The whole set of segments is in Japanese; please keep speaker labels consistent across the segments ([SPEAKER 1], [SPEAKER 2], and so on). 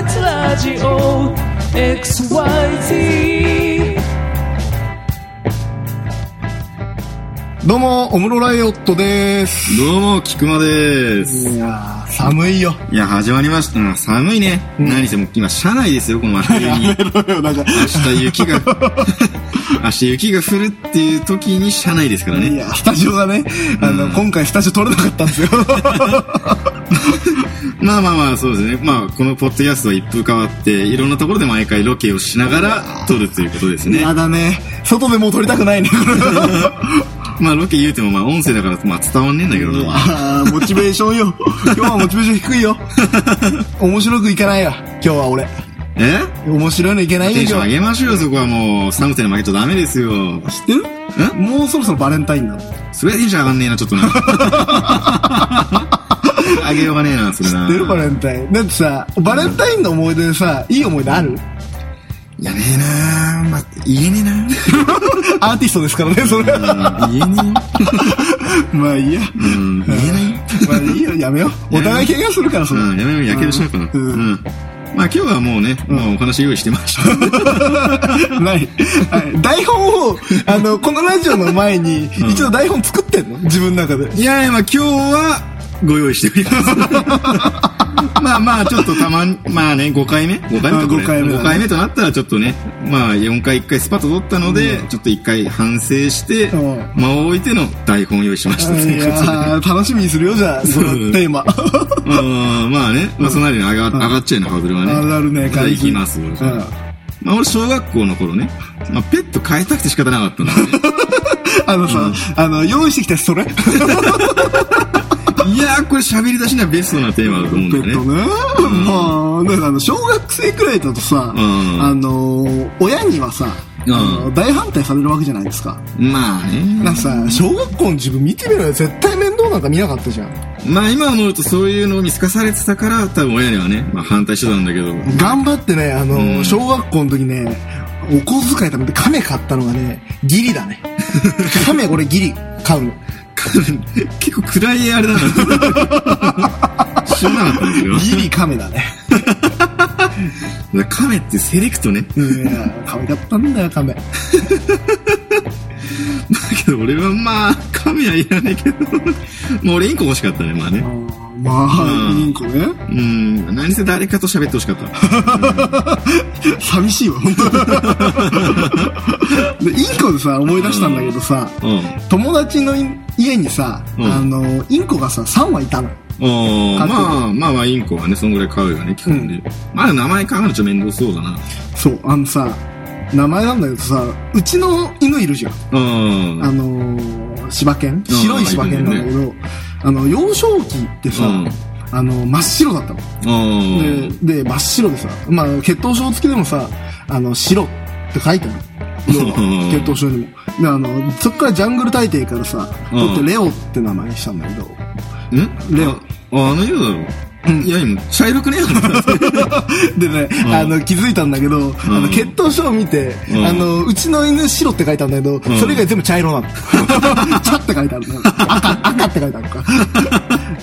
[SPEAKER 1] ジオ XYZ
[SPEAKER 2] どうも、オムロライオットです。
[SPEAKER 3] どうも、菊間でーす。
[SPEAKER 2] いやー、寒いよ。
[SPEAKER 3] いや、始まりました。うん寒いね。何せもう今、車内ですよ、この真冬に。
[SPEAKER 2] なんか、
[SPEAKER 3] 明日雪 が、明日雪が降るっていう時に車内ですから
[SPEAKER 2] い
[SPEAKER 3] ね。
[SPEAKER 2] や、スタジオがね、あの、今回スタジオ撮れなかったんですよ。
[SPEAKER 3] まあまあまあ、そうですね。まあ、このポッドキャストは一風変わって、いろんなところで毎回ロケをしながら撮るということですね。
[SPEAKER 2] やだね。外でもう撮りたくないね。
[SPEAKER 3] まあ、ロケ言うても、まあ、音声だから、まあ、伝わんねえんだけどな。
[SPEAKER 2] あーモチベーションよ。今日はモチベーション低いよ。面白くいかないよ。今日は俺。
[SPEAKER 3] え
[SPEAKER 2] 面白いのいけない
[SPEAKER 3] テ
[SPEAKER 2] よ、
[SPEAKER 3] ンション
[SPEAKER 2] 今日。
[SPEAKER 3] 上げましょうよ、そこはもう。寒さに負けちゃダメですよ。
[SPEAKER 2] 知ってるもうそろそろバレンタインなの。知
[SPEAKER 3] それはテンション上がんねえな、ちょ っとな。上げようがねえな、それな。
[SPEAKER 2] ってるバレンタイン。だってさ、バレンタインの思い出でさ、いい思い出ある
[SPEAKER 3] やねえなまあ、言えね
[SPEAKER 2] アーティストですからね、それ。
[SPEAKER 3] えな言えね
[SPEAKER 2] まあいいや。
[SPEAKER 3] えうん、言えな
[SPEAKER 2] ま
[SPEAKER 3] い
[SPEAKER 2] あいいよ、やめよう。 お互い喧嘩するから、それ。
[SPEAKER 3] うん、やめよう、やけどしちゃうかな。
[SPEAKER 2] う
[SPEAKER 3] うんん。まあ今日はもうね、もうお話用意してました。
[SPEAKER 2] ない。はい台本を、あの、このラジオの前に、一度台本作ってんの自分の中で。
[SPEAKER 3] いやいや、まあ今日はご用意しており ます。まあまあ、ちょっとたまに、まあね、5回目 ?5 回目
[SPEAKER 2] あ
[SPEAKER 3] と
[SPEAKER 2] 五回目だね
[SPEAKER 3] 5回目となったらちょっとね、まあ4回1回スパッと取ったので、ちょっと1回反省して
[SPEAKER 2] うん、
[SPEAKER 3] 間を置いての台本を用意しました。
[SPEAKER 2] いやー楽しみにするよ、じゃあ、そのテーマ。
[SPEAKER 3] うんまあね、まあ、そのなりに上が,、上がっちゃうようなハードルはね。
[SPEAKER 2] 上がるね
[SPEAKER 3] じゃあ
[SPEAKER 2] 感じ
[SPEAKER 3] 行きます、俺から。
[SPEAKER 2] うん
[SPEAKER 3] まあ俺、小学校の頃ね、まあペット飼いたくて仕方なかったんだ よね。
[SPEAKER 2] あのさ、あの、用意してきたやつそれ。ペ
[SPEAKER 3] いやー、これ喋り出しにはベストなテーマだと思うんだよ
[SPEAKER 2] ット
[SPEAKER 3] ね。
[SPEAKER 2] ね。まあ、だからあの、小学生くらいだとさ、
[SPEAKER 3] うん
[SPEAKER 2] あのー、親にはさ、あ
[SPEAKER 3] うん
[SPEAKER 2] の大反対されるわけじゃないですか。
[SPEAKER 3] まあね。
[SPEAKER 2] なんかさ、小学校の自分見てみろよ。絶対面倒なんか見なかったじゃん。
[SPEAKER 3] まあ今思うとそういうのを見透かされてたから、多分親にはね、まあ反対してたんだけど。
[SPEAKER 2] 頑張ってね、あの、
[SPEAKER 3] うん
[SPEAKER 2] 小学校の時ね、お小遣い貯めて亀買ったのがね、ギリだね。 亀俺ギリ買うの。
[SPEAKER 3] 結構暗いあれだな。知らなかったんだけど。
[SPEAKER 2] ギリ亀だね。
[SPEAKER 3] だから亀ってセレクトね。
[SPEAKER 2] うん、可愛かったんだよ、亀。
[SPEAKER 3] だけど俺はまあ、亀はいらないけど。もう俺インコ欲しかったね、まあね。
[SPEAKER 2] まあ、
[SPEAKER 3] うん
[SPEAKER 2] インコね。
[SPEAKER 3] うん、何せ誰かと喋ってほしか った。
[SPEAKER 2] 寂しいわ、本 当にで、インコでさ、思い出したんだけどさ、
[SPEAKER 3] うん。
[SPEAKER 2] 友達の家にさ、
[SPEAKER 3] うん
[SPEAKER 2] あの、インコがさ、3羽いたの。
[SPEAKER 3] お
[SPEAKER 2] 飼
[SPEAKER 3] ま
[SPEAKER 2] ってる
[SPEAKER 3] あまあまあ、インコはね、そんぐらい飼うよね、基本で。まあ、名前考えると面倒そうだな。
[SPEAKER 2] そう、あのさ、名前なんだけどさ、うちの犬いるじゃん。
[SPEAKER 3] うん。
[SPEAKER 2] あのー、柴犬白い柴犬なんだけど、あの、幼少期ってさ、
[SPEAKER 3] うん
[SPEAKER 2] あの、真っ白だったの。
[SPEAKER 3] うん。
[SPEAKER 2] でで、真っ白でさ、まあ、血統症付きでもさ、あの、白って書いてある。要
[SPEAKER 3] う
[SPEAKER 2] は
[SPEAKER 3] ん
[SPEAKER 2] 血統症にも。で、あの、そっからジャングル大帝からさ、
[SPEAKER 3] うん
[SPEAKER 2] 取ってレオって名前にしたんだけど、
[SPEAKER 3] ん
[SPEAKER 2] レオ
[SPEAKER 3] ああの色だろ。いや、今、茶 色くね
[SPEAKER 2] でね、
[SPEAKER 3] ん
[SPEAKER 2] あの、気づいたんだけど、あの、
[SPEAKER 3] うん
[SPEAKER 2] 血統書を見て、
[SPEAKER 3] うん
[SPEAKER 2] あの、うちの犬白って書いてあるんだけど、
[SPEAKER 3] ん
[SPEAKER 2] それ以外全部茶色なの。 茶って書いてあるの。赤、赤って書いてあるのか。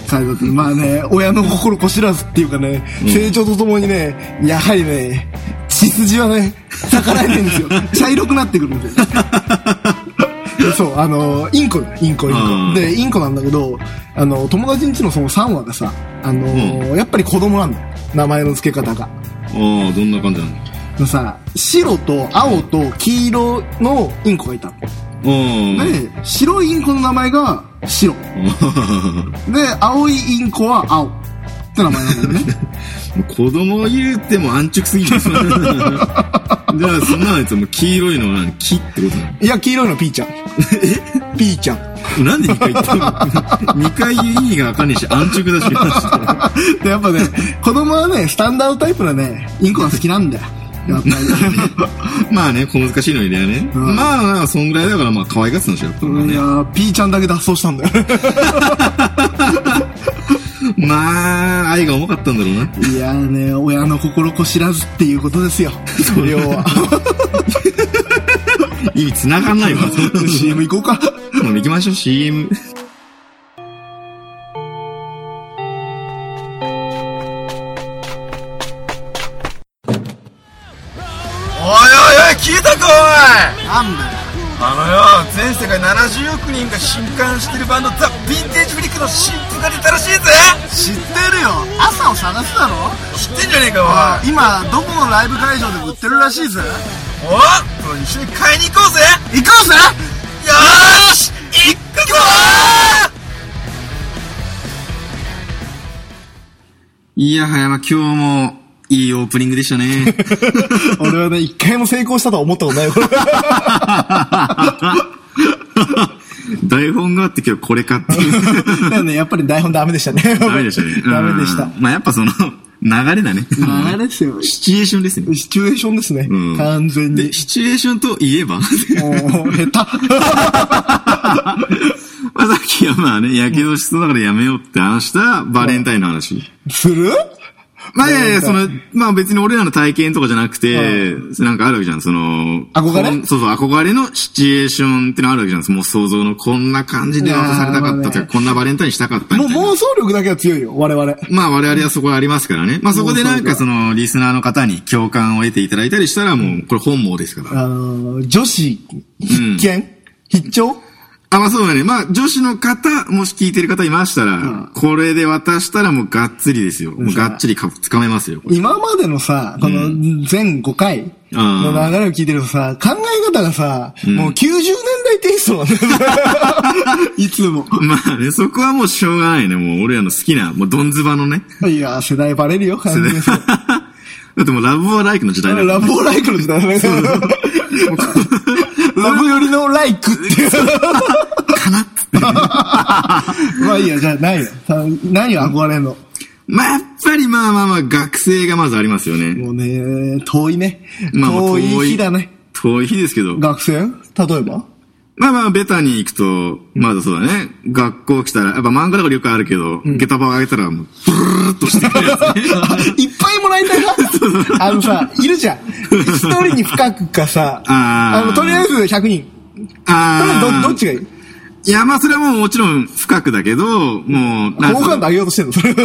[SPEAKER 2] 最後ってまあね、親の心こしらずっていうかね、成長とともにね、やはりね、血筋はね、逆らえないんですよ。茶色くなってくるんですよ。でそう、あの、インコだよインコ、インコ。
[SPEAKER 3] うん
[SPEAKER 2] で、インコなんだけど、あの、友達ん家のその3話がさ、あのーやっぱり子供なんだよ。名前の付け方が。
[SPEAKER 3] ああ、どんな感じなの
[SPEAKER 2] でさ、白と青と黄色のインコがいた
[SPEAKER 3] うん。
[SPEAKER 2] の。で、白いインコの名前が白。で、青いインコは青。って名前なんだ よね。
[SPEAKER 3] 子供言うても安直す ぎる。じゃあ、そんなのやつも黄色いのは何木ってことない
[SPEAKER 2] や、黄色いのピーちゃん。えピーちゃん。
[SPEAKER 3] のなんで2回言ったの ?2 回言う意味がわかんねえし、安直だし。
[SPEAKER 2] で、やっぱね、子供はね、スタンダードタイプなね、インコが好きなんだよ。やっぱり。
[SPEAKER 3] まあね、小難しいのにだよね。
[SPEAKER 2] うん
[SPEAKER 3] まあまあ、そんぐらいだから、まあ、可愛がってたんでしょ、やっぱり
[SPEAKER 2] い
[SPEAKER 3] ね
[SPEAKER 2] やー、ピーちゃんだけ脱走したんだよ。
[SPEAKER 3] まあ、愛が重かったんだろうな。
[SPEAKER 2] いやーね、親の心こ知らずっていうことですよ。 要は。
[SPEAKER 3] 意味繋がん ないわ。
[SPEAKER 2] CM 行こうか。
[SPEAKER 3] もう行きましょう、CM。
[SPEAKER 2] なんだよ
[SPEAKER 1] あのよ全世界70億人が震撼してるバンドザ・ヴィンテージ・フリックの新譜が出たらしいぜ
[SPEAKER 2] 知ってるよ朝を探すだろ
[SPEAKER 1] 知ってんじゃねえか
[SPEAKER 2] 今どこのライブ会場でも売ってるらしいぜ
[SPEAKER 1] おいおい一緒に買いに行こうぜ
[SPEAKER 2] 行こうぜ
[SPEAKER 1] よーし行くぞ
[SPEAKER 3] いやはやま、今日も、いいオープニングでしたね。
[SPEAKER 2] 俺はね、一回も成功したとは思ったことない。
[SPEAKER 3] 台本があって今日これかっていう。
[SPEAKER 2] だよね、やっぱり台本ダメでしたね。
[SPEAKER 3] ダメでしたね。うん
[SPEAKER 2] ダメでした。
[SPEAKER 3] まあやっぱその、流れだね。
[SPEAKER 2] 流れですよ。
[SPEAKER 3] シチュエーションですね。
[SPEAKER 2] シチュエーションですね。
[SPEAKER 3] うん
[SPEAKER 2] 完全に
[SPEAKER 3] で、。シチュエーションといえば、
[SPEAKER 2] も う、下手。
[SPEAKER 3] まあさっきはまあね、やけどしそうだからやめようって話したバレンタインの話。
[SPEAKER 2] する
[SPEAKER 3] まあいやいや、そ
[SPEAKER 2] バレ
[SPEAKER 3] の、まあ別に俺らの体験とかじゃなくて、なんかあるわけじゃん、その、
[SPEAKER 2] 憧れ
[SPEAKER 3] こんそうそう、憧れのシチュエーションってのあるわけじゃん、もう想像のこんな感じで渡されたかったと
[SPEAKER 2] い
[SPEAKER 3] か、
[SPEAKER 2] やーまあね
[SPEAKER 3] こんなバレンタインしたかったみ
[SPEAKER 2] も
[SPEAKER 3] た
[SPEAKER 2] う
[SPEAKER 3] いな。
[SPEAKER 2] 妄想力だけは強いよ、我々。
[SPEAKER 3] まあ我々はそこはありますからね。まあそこでなんかそのリスナーの方に共感を得ていただいたりしたらもうこれ本望ですから。
[SPEAKER 2] あのー、女子、必見必聴
[SPEAKER 3] あ、まあそうだね。まあ女子の方、もし聞いてる方いましたら、これで渡したらもうがっつりですよ。もうがっちりかつかめますよ。これ
[SPEAKER 2] 今までのさ、この全5回の流れを聞いてるとさ、考え方がさ、もう90年代テイストなんだ よ。いつも。
[SPEAKER 3] まあね、そこはもうしょうがないね。もう俺らの好きな、もうドンズバのね。
[SPEAKER 2] いやー、世代バレるよ、完全に。
[SPEAKER 3] だってもうラブオアライクの時代だから。
[SPEAKER 2] ラブオライクの時代だね。ラブ寄りのライクっていう。かなまあいいや、じゃあないよ。た何よ、憧れんの。
[SPEAKER 3] まあやっぱりまあまあまあ学生がまずありますよね。
[SPEAKER 2] もうね、遠いね。
[SPEAKER 3] まあまあ
[SPEAKER 2] 遠い日だね。。
[SPEAKER 3] 遠い日ですけど。
[SPEAKER 2] 学生例え ば
[SPEAKER 3] まあまあ、ベタに行くと、まだそうだね。学校来たら、やっぱ漫画とかよくあるけど、下駄箱あげたら、もう、ブルーっとしてくるやつ ね。
[SPEAKER 2] いっぱいもらいたいな。あのさ、いるじゃん。一人に深くかさ、
[SPEAKER 3] あ
[SPEAKER 2] あ
[SPEAKER 3] ー
[SPEAKER 2] の、とりあえず100人。とりあえず
[SPEAKER 3] あ
[SPEAKER 2] ど
[SPEAKER 3] あ。
[SPEAKER 2] どっちがいい
[SPEAKER 3] いや、まあそれはもうもちろん深くだけど、もう、なん
[SPEAKER 2] 好感度上げようとしてんのそれ
[SPEAKER 3] い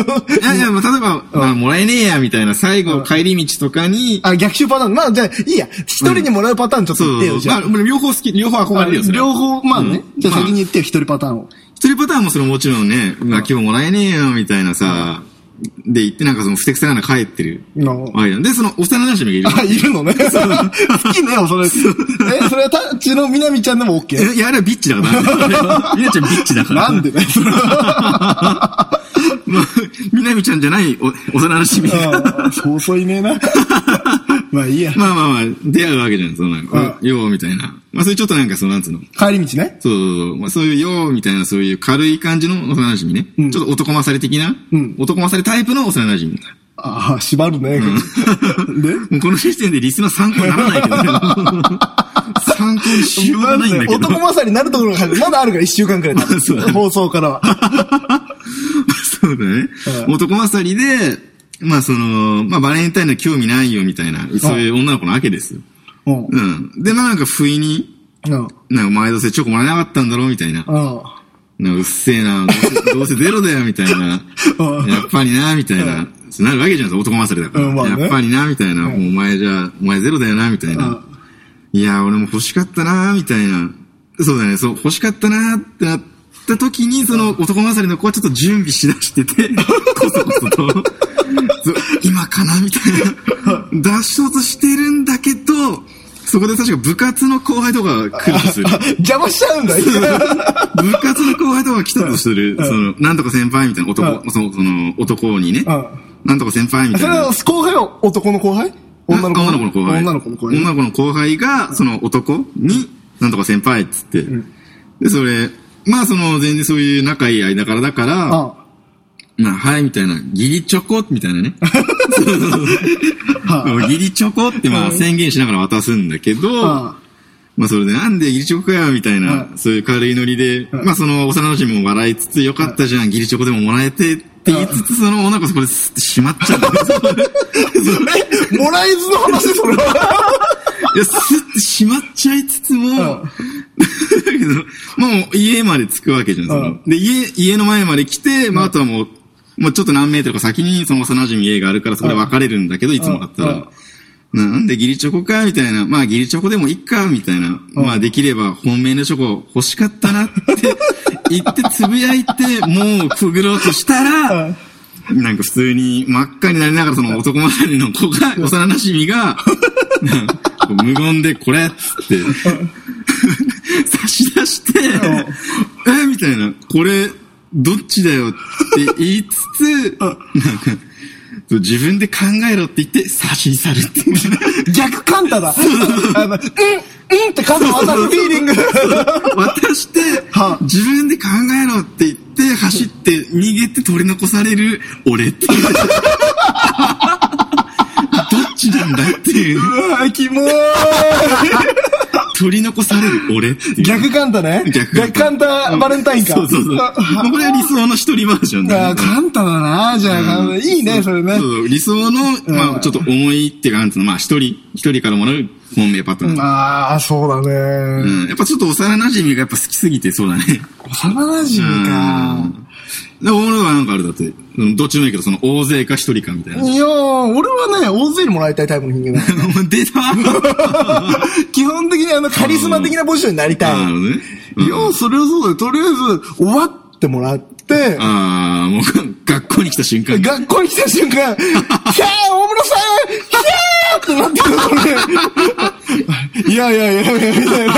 [SPEAKER 3] やいや、まあ例えば、まあもらえねえや、みたいな、最後帰り道とかに、
[SPEAKER 2] あ、逆襲パターン。まあじゃあ、いいや。一人にもらうパターンちょっと
[SPEAKER 3] そ
[SPEAKER 2] 言っ
[SPEAKER 3] う
[SPEAKER 2] てよ、じゃあ。
[SPEAKER 3] まあ両方好き、両方憧れるよ、それは
[SPEAKER 2] 両方、まあね。
[SPEAKER 3] うん
[SPEAKER 2] じゃあ
[SPEAKER 3] まあ
[SPEAKER 2] 先に言ってよ、一人パターンを。
[SPEAKER 3] 一人パターンもそれもちろんね、まあ今日もらえねえよ、みたいなさ、で行ってなんかその不適さがな帰ってる。
[SPEAKER 2] の
[SPEAKER 3] わけじゃんで、その幼馴染がいる。
[SPEAKER 2] あ、いるのね。好きね、そ れ。え、それはタッチのみなみちゃんでも OK?
[SPEAKER 3] えいや、あれはビッチだ から。みなちゃんビッチだから。
[SPEAKER 2] なん でね、それ
[SPEAKER 3] まあ、みなみちゃんじゃないお幼馴染が。
[SPEAKER 2] は。そうそういねえ な。まあいいや。
[SPEAKER 3] まあまあまあ、出会うわけじゃん、そのなんか、
[SPEAKER 2] う
[SPEAKER 3] ようみたいな。まあそういうちょっとなんかその、なんつうの。
[SPEAKER 2] 帰り道ね。
[SPEAKER 3] そうそうそう。まあそういうようみたいな、そういう軽い感じの幼馴染ね。
[SPEAKER 2] うん
[SPEAKER 3] ちょっと男勝れ的な、
[SPEAKER 2] うん
[SPEAKER 3] 男勝れタイプの幼馴染。
[SPEAKER 2] ああ、縛るね。 で
[SPEAKER 3] もうこの時点でリスナー参考にならないけどね。参考にしようがないんだけど。
[SPEAKER 2] 男まさになるところがまだあるから、一週間くらい経
[SPEAKER 3] そうだ
[SPEAKER 2] つ。
[SPEAKER 3] ね
[SPEAKER 2] 放送から は。
[SPEAKER 3] そうだね。
[SPEAKER 2] うん
[SPEAKER 3] 男勝りで、まあその、まあバレンタインの興味ないよみたいな、そういう女の子なわけですよ。
[SPEAKER 2] うん。うん。
[SPEAKER 3] うん。で、まあなんか不意に、
[SPEAKER 2] うん。
[SPEAKER 3] なんか前どうせチョコもらえなかったんだろうみたいな。なんかうっせえな、どうせ どうせゼロだよみたいな。
[SPEAKER 2] うん
[SPEAKER 3] やっぱりな、みたいな。なるわけじゃないですか、男勝りだから。
[SPEAKER 2] うんまあね
[SPEAKER 3] やっぱりな、みたいな。もうお前じゃ、お前ゼロだよな、みたいな。
[SPEAKER 2] うん
[SPEAKER 3] いや、俺も欲しかったな、みたいな。そうだね、そう、欲しかったな、ってなった時に、その男勝りの子はちょっと準備しだしてて、 こそこそと。そう今かなみたい な。出そうとしてるんだけど、そこで確か部活の後輩とかが来ると する。
[SPEAKER 2] 邪魔しちゃうんだ。
[SPEAKER 3] 部活の後輩とか来たとする、その、なんとか先輩みたいな
[SPEAKER 2] う
[SPEAKER 3] 男、その、その、男にね、
[SPEAKER 2] うん。
[SPEAKER 3] なんとか先輩み
[SPEAKER 2] そ
[SPEAKER 3] たい
[SPEAKER 2] れは
[SPEAKER 3] な。
[SPEAKER 2] 後輩は男の後輩女の子
[SPEAKER 3] あ女の子の後輩。
[SPEAKER 2] 女の子の後輩。
[SPEAKER 3] 女の子の後輩が、その男に、なんとか先輩っつって。で、それ、まあその、全然そういう仲いい間からだから、
[SPEAKER 2] あ
[SPEAKER 3] まあ、はい、みたいな、ギリチョコ、みたい なね。そうギリチョコってまあ宣言しながら渡すんだけど、
[SPEAKER 2] あ。
[SPEAKER 3] まあそれでなんでギリチョコかよみたいな、
[SPEAKER 2] う
[SPEAKER 3] そういう軽いノリで、
[SPEAKER 2] ん
[SPEAKER 3] まあその幼馴染も笑いつつ、よかったじゃん、ギリチョコでももらえてって言いつつ、その女の子そこでスッてしまっ ちゃうんだよ
[SPEAKER 2] え、もらえずの話それは。
[SPEAKER 3] いや、スッてしまっちゃいつつも、だけど、もう家まで着くわけじゃん、そうの
[SPEAKER 2] ん。
[SPEAKER 3] で、家、家の前まで来て、まああとはもう、もうちょっと何メートルか先にその幼馴染家があるからそこで別れるんだけど、いつもだった
[SPEAKER 2] うん
[SPEAKER 3] ら。なんでギリチョコかみたいな。まあギリチョコでもいっかみたいな。まあできれば本命のチョコ欲しかった なって言ってつぶやいて、もうくぐろうとしたら、なんか普通に真っ赤になりながらその男勝りの子が、幼なじみが、なんかこう無言でこれっつって、差し出して、えみたいな、これ、どっちだよって言いつつ、なんか、そう自分で考えろって言って差し去るっていう。
[SPEAKER 2] 逆カンタだ。あの、うん、うんってカンタ渡るフィーリング。
[SPEAKER 3] 渡して
[SPEAKER 2] は、
[SPEAKER 3] 自分で考えろって言って、走って、逃げて取り残される俺っていう。どっちなんだっていう。
[SPEAKER 2] うわキモー
[SPEAKER 3] 取り残される俺っていう。
[SPEAKER 2] 逆カンタね。
[SPEAKER 3] 逆カンタ
[SPEAKER 2] 逆カンタバレンタインか。
[SPEAKER 3] そうそうそう。まあ
[SPEAKER 2] あ
[SPEAKER 3] これは理想の一人バージョンだ
[SPEAKER 2] あ
[SPEAKER 3] よ
[SPEAKER 2] あ
[SPEAKER 3] ね。
[SPEAKER 2] カンタだなじゃあ、カンタいいね、それね。
[SPEAKER 3] そうそう理想の、まあちょっと思いっていうか、なんつうの、まあ一人、一人からもらう本命パターン。
[SPEAKER 2] ああ、そうだ
[SPEAKER 3] う
[SPEAKER 2] ね。
[SPEAKER 3] ん。やっぱちょっと幼馴染がやっぱ好きすぎてそうだね。
[SPEAKER 2] 幼馴染か。
[SPEAKER 3] で、俺はなんかあれだって、うんどっちでもいいけど、その大勢か一人かみたいな。
[SPEAKER 2] いやー、俺はね、大勢にもらいたいタイプの人間 だ。
[SPEAKER 3] 出た
[SPEAKER 2] 基本的にあの、カリスマ的なポジションになりたい。
[SPEAKER 3] なるほどね。うん
[SPEAKER 2] いや、それはそうだよ。とりあえず、終わってもらって、
[SPEAKER 3] ああ、もうが学校に来た瞬間に。
[SPEAKER 2] 学校に来た瞬 間、キャー大室さんキャーってなってるこれ。いやいやいやいや、みたいな。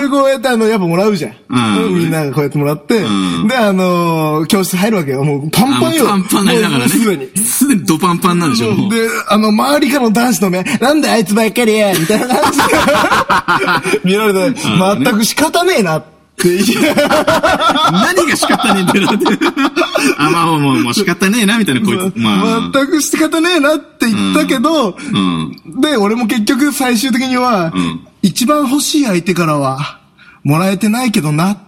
[SPEAKER 2] で、こうやってあの、やっぱもらうじゃん。
[SPEAKER 3] うん
[SPEAKER 2] みんながこうやってもらって、
[SPEAKER 3] うん
[SPEAKER 2] で、あのー教室入るわけよ。もうパンパンよ。
[SPEAKER 3] あもうパンパンになりながらね。
[SPEAKER 2] もうすでに。
[SPEAKER 3] すでにドパンパンなんでしょ、もう。
[SPEAKER 2] で、あの、周りからの男子の目、なんであいつばっかりや、みたいな感じ で見られて、全く仕方ねえなって言う。
[SPEAKER 3] 何が仕方ねえんだよなって。あ、まあもうもう、もう仕方ねえな、みたいな、こいつ。まあ。
[SPEAKER 2] 全く仕方ねえなって言ったけど、
[SPEAKER 3] うん。
[SPEAKER 2] で、俺も結局最終的には、
[SPEAKER 3] うん
[SPEAKER 2] 一番欲しい相手からは、もらえてないけどな。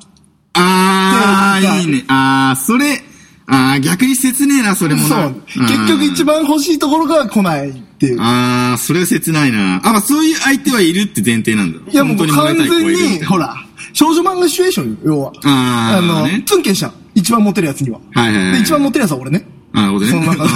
[SPEAKER 3] あ
[SPEAKER 2] で
[SPEAKER 3] あ、いいね。ああ、それ、ああ、逆に切ねえな、それも
[SPEAKER 2] そ
[SPEAKER 3] な。
[SPEAKER 2] う。結局一
[SPEAKER 3] 番。
[SPEAKER 2] 番欲しいところから来ないっていう。
[SPEAKER 3] ああ、それは切ないな。あ、まあそういう相手はいるって前提なんだ。
[SPEAKER 2] いやもう
[SPEAKER 3] 本当も
[SPEAKER 2] 完
[SPEAKER 3] らいたい子
[SPEAKER 2] 全
[SPEAKER 3] はいるみたい
[SPEAKER 2] に、
[SPEAKER 3] な
[SPEAKER 2] ほ。ら、少女漫画シチュエーションよ、要は。
[SPEAKER 3] あー
[SPEAKER 2] の、
[SPEAKER 3] ね
[SPEAKER 2] ツンケンした。一番モテるやつには。
[SPEAKER 3] はいはいはい
[SPEAKER 2] で、一番モテるやつは俺ね。
[SPEAKER 3] なるほどね。
[SPEAKER 2] その中で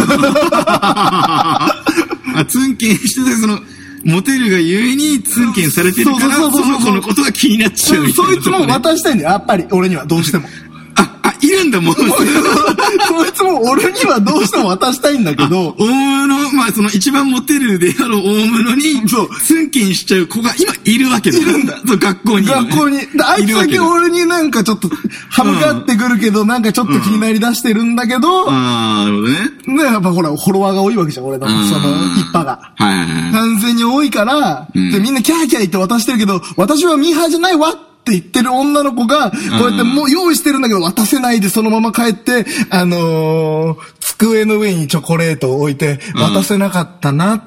[SPEAKER 3] あ、ツンケンしてた、その、モテるがゆえにツンケンされてるから、
[SPEAKER 2] そう
[SPEAKER 3] そ
[SPEAKER 2] そうそうそう
[SPEAKER 3] の子のことが気になっちゃうみたい
[SPEAKER 2] そ
[SPEAKER 3] ない
[SPEAKER 2] つも渡したいんだよ、やっぱり。俺にはどうして も。
[SPEAKER 3] あ、あ、いるんだ、もう。
[SPEAKER 2] そいつも俺にはどうしても渡したいんだけど、
[SPEAKER 3] 大物、まあその一番モテるであろう大物に、
[SPEAKER 2] そう
[SPEAKER 3] ツンケンしちゃう子が今いるわけだ。い
[SPEAKER 2] るんだ
[SPEAKER 3] そう、学校に。
[SPEAKER 2] 学校に。であいつだ
[SPEAKER 3] い
[SPEAKER 2] け
[SPEAKER 3] るわ
[SPEAKER 2] 俺になんかちょっと、歯向かってくるけど、なんかちょっと気になりだしてるんだけど、
[SPEAKER 3] ああ、なるほどね。
[SPEAKER 2] ね、やっぱほら、フォロワーが多いわけじゃん、俺の、その
[SPEAKER 3] うん、
[SPEAKER 2] 一派が。
[SPEAKER 3] はいはいはい。
[SPEAKER 2] 完全に多いから、
[SPEAKER 3] ん
[SPEAKER 2] で、みんなキャーキャー言って渡してるけど、私はミーハーじゃないわって言ってる女の子が、こうやってもう用意してるんだけど渡せないでそのまま帰って、あのー、机の上にチョコレートを置いて、
[SPEAKER 3] ん
[SPEAKER 2] 渡せなかったなっ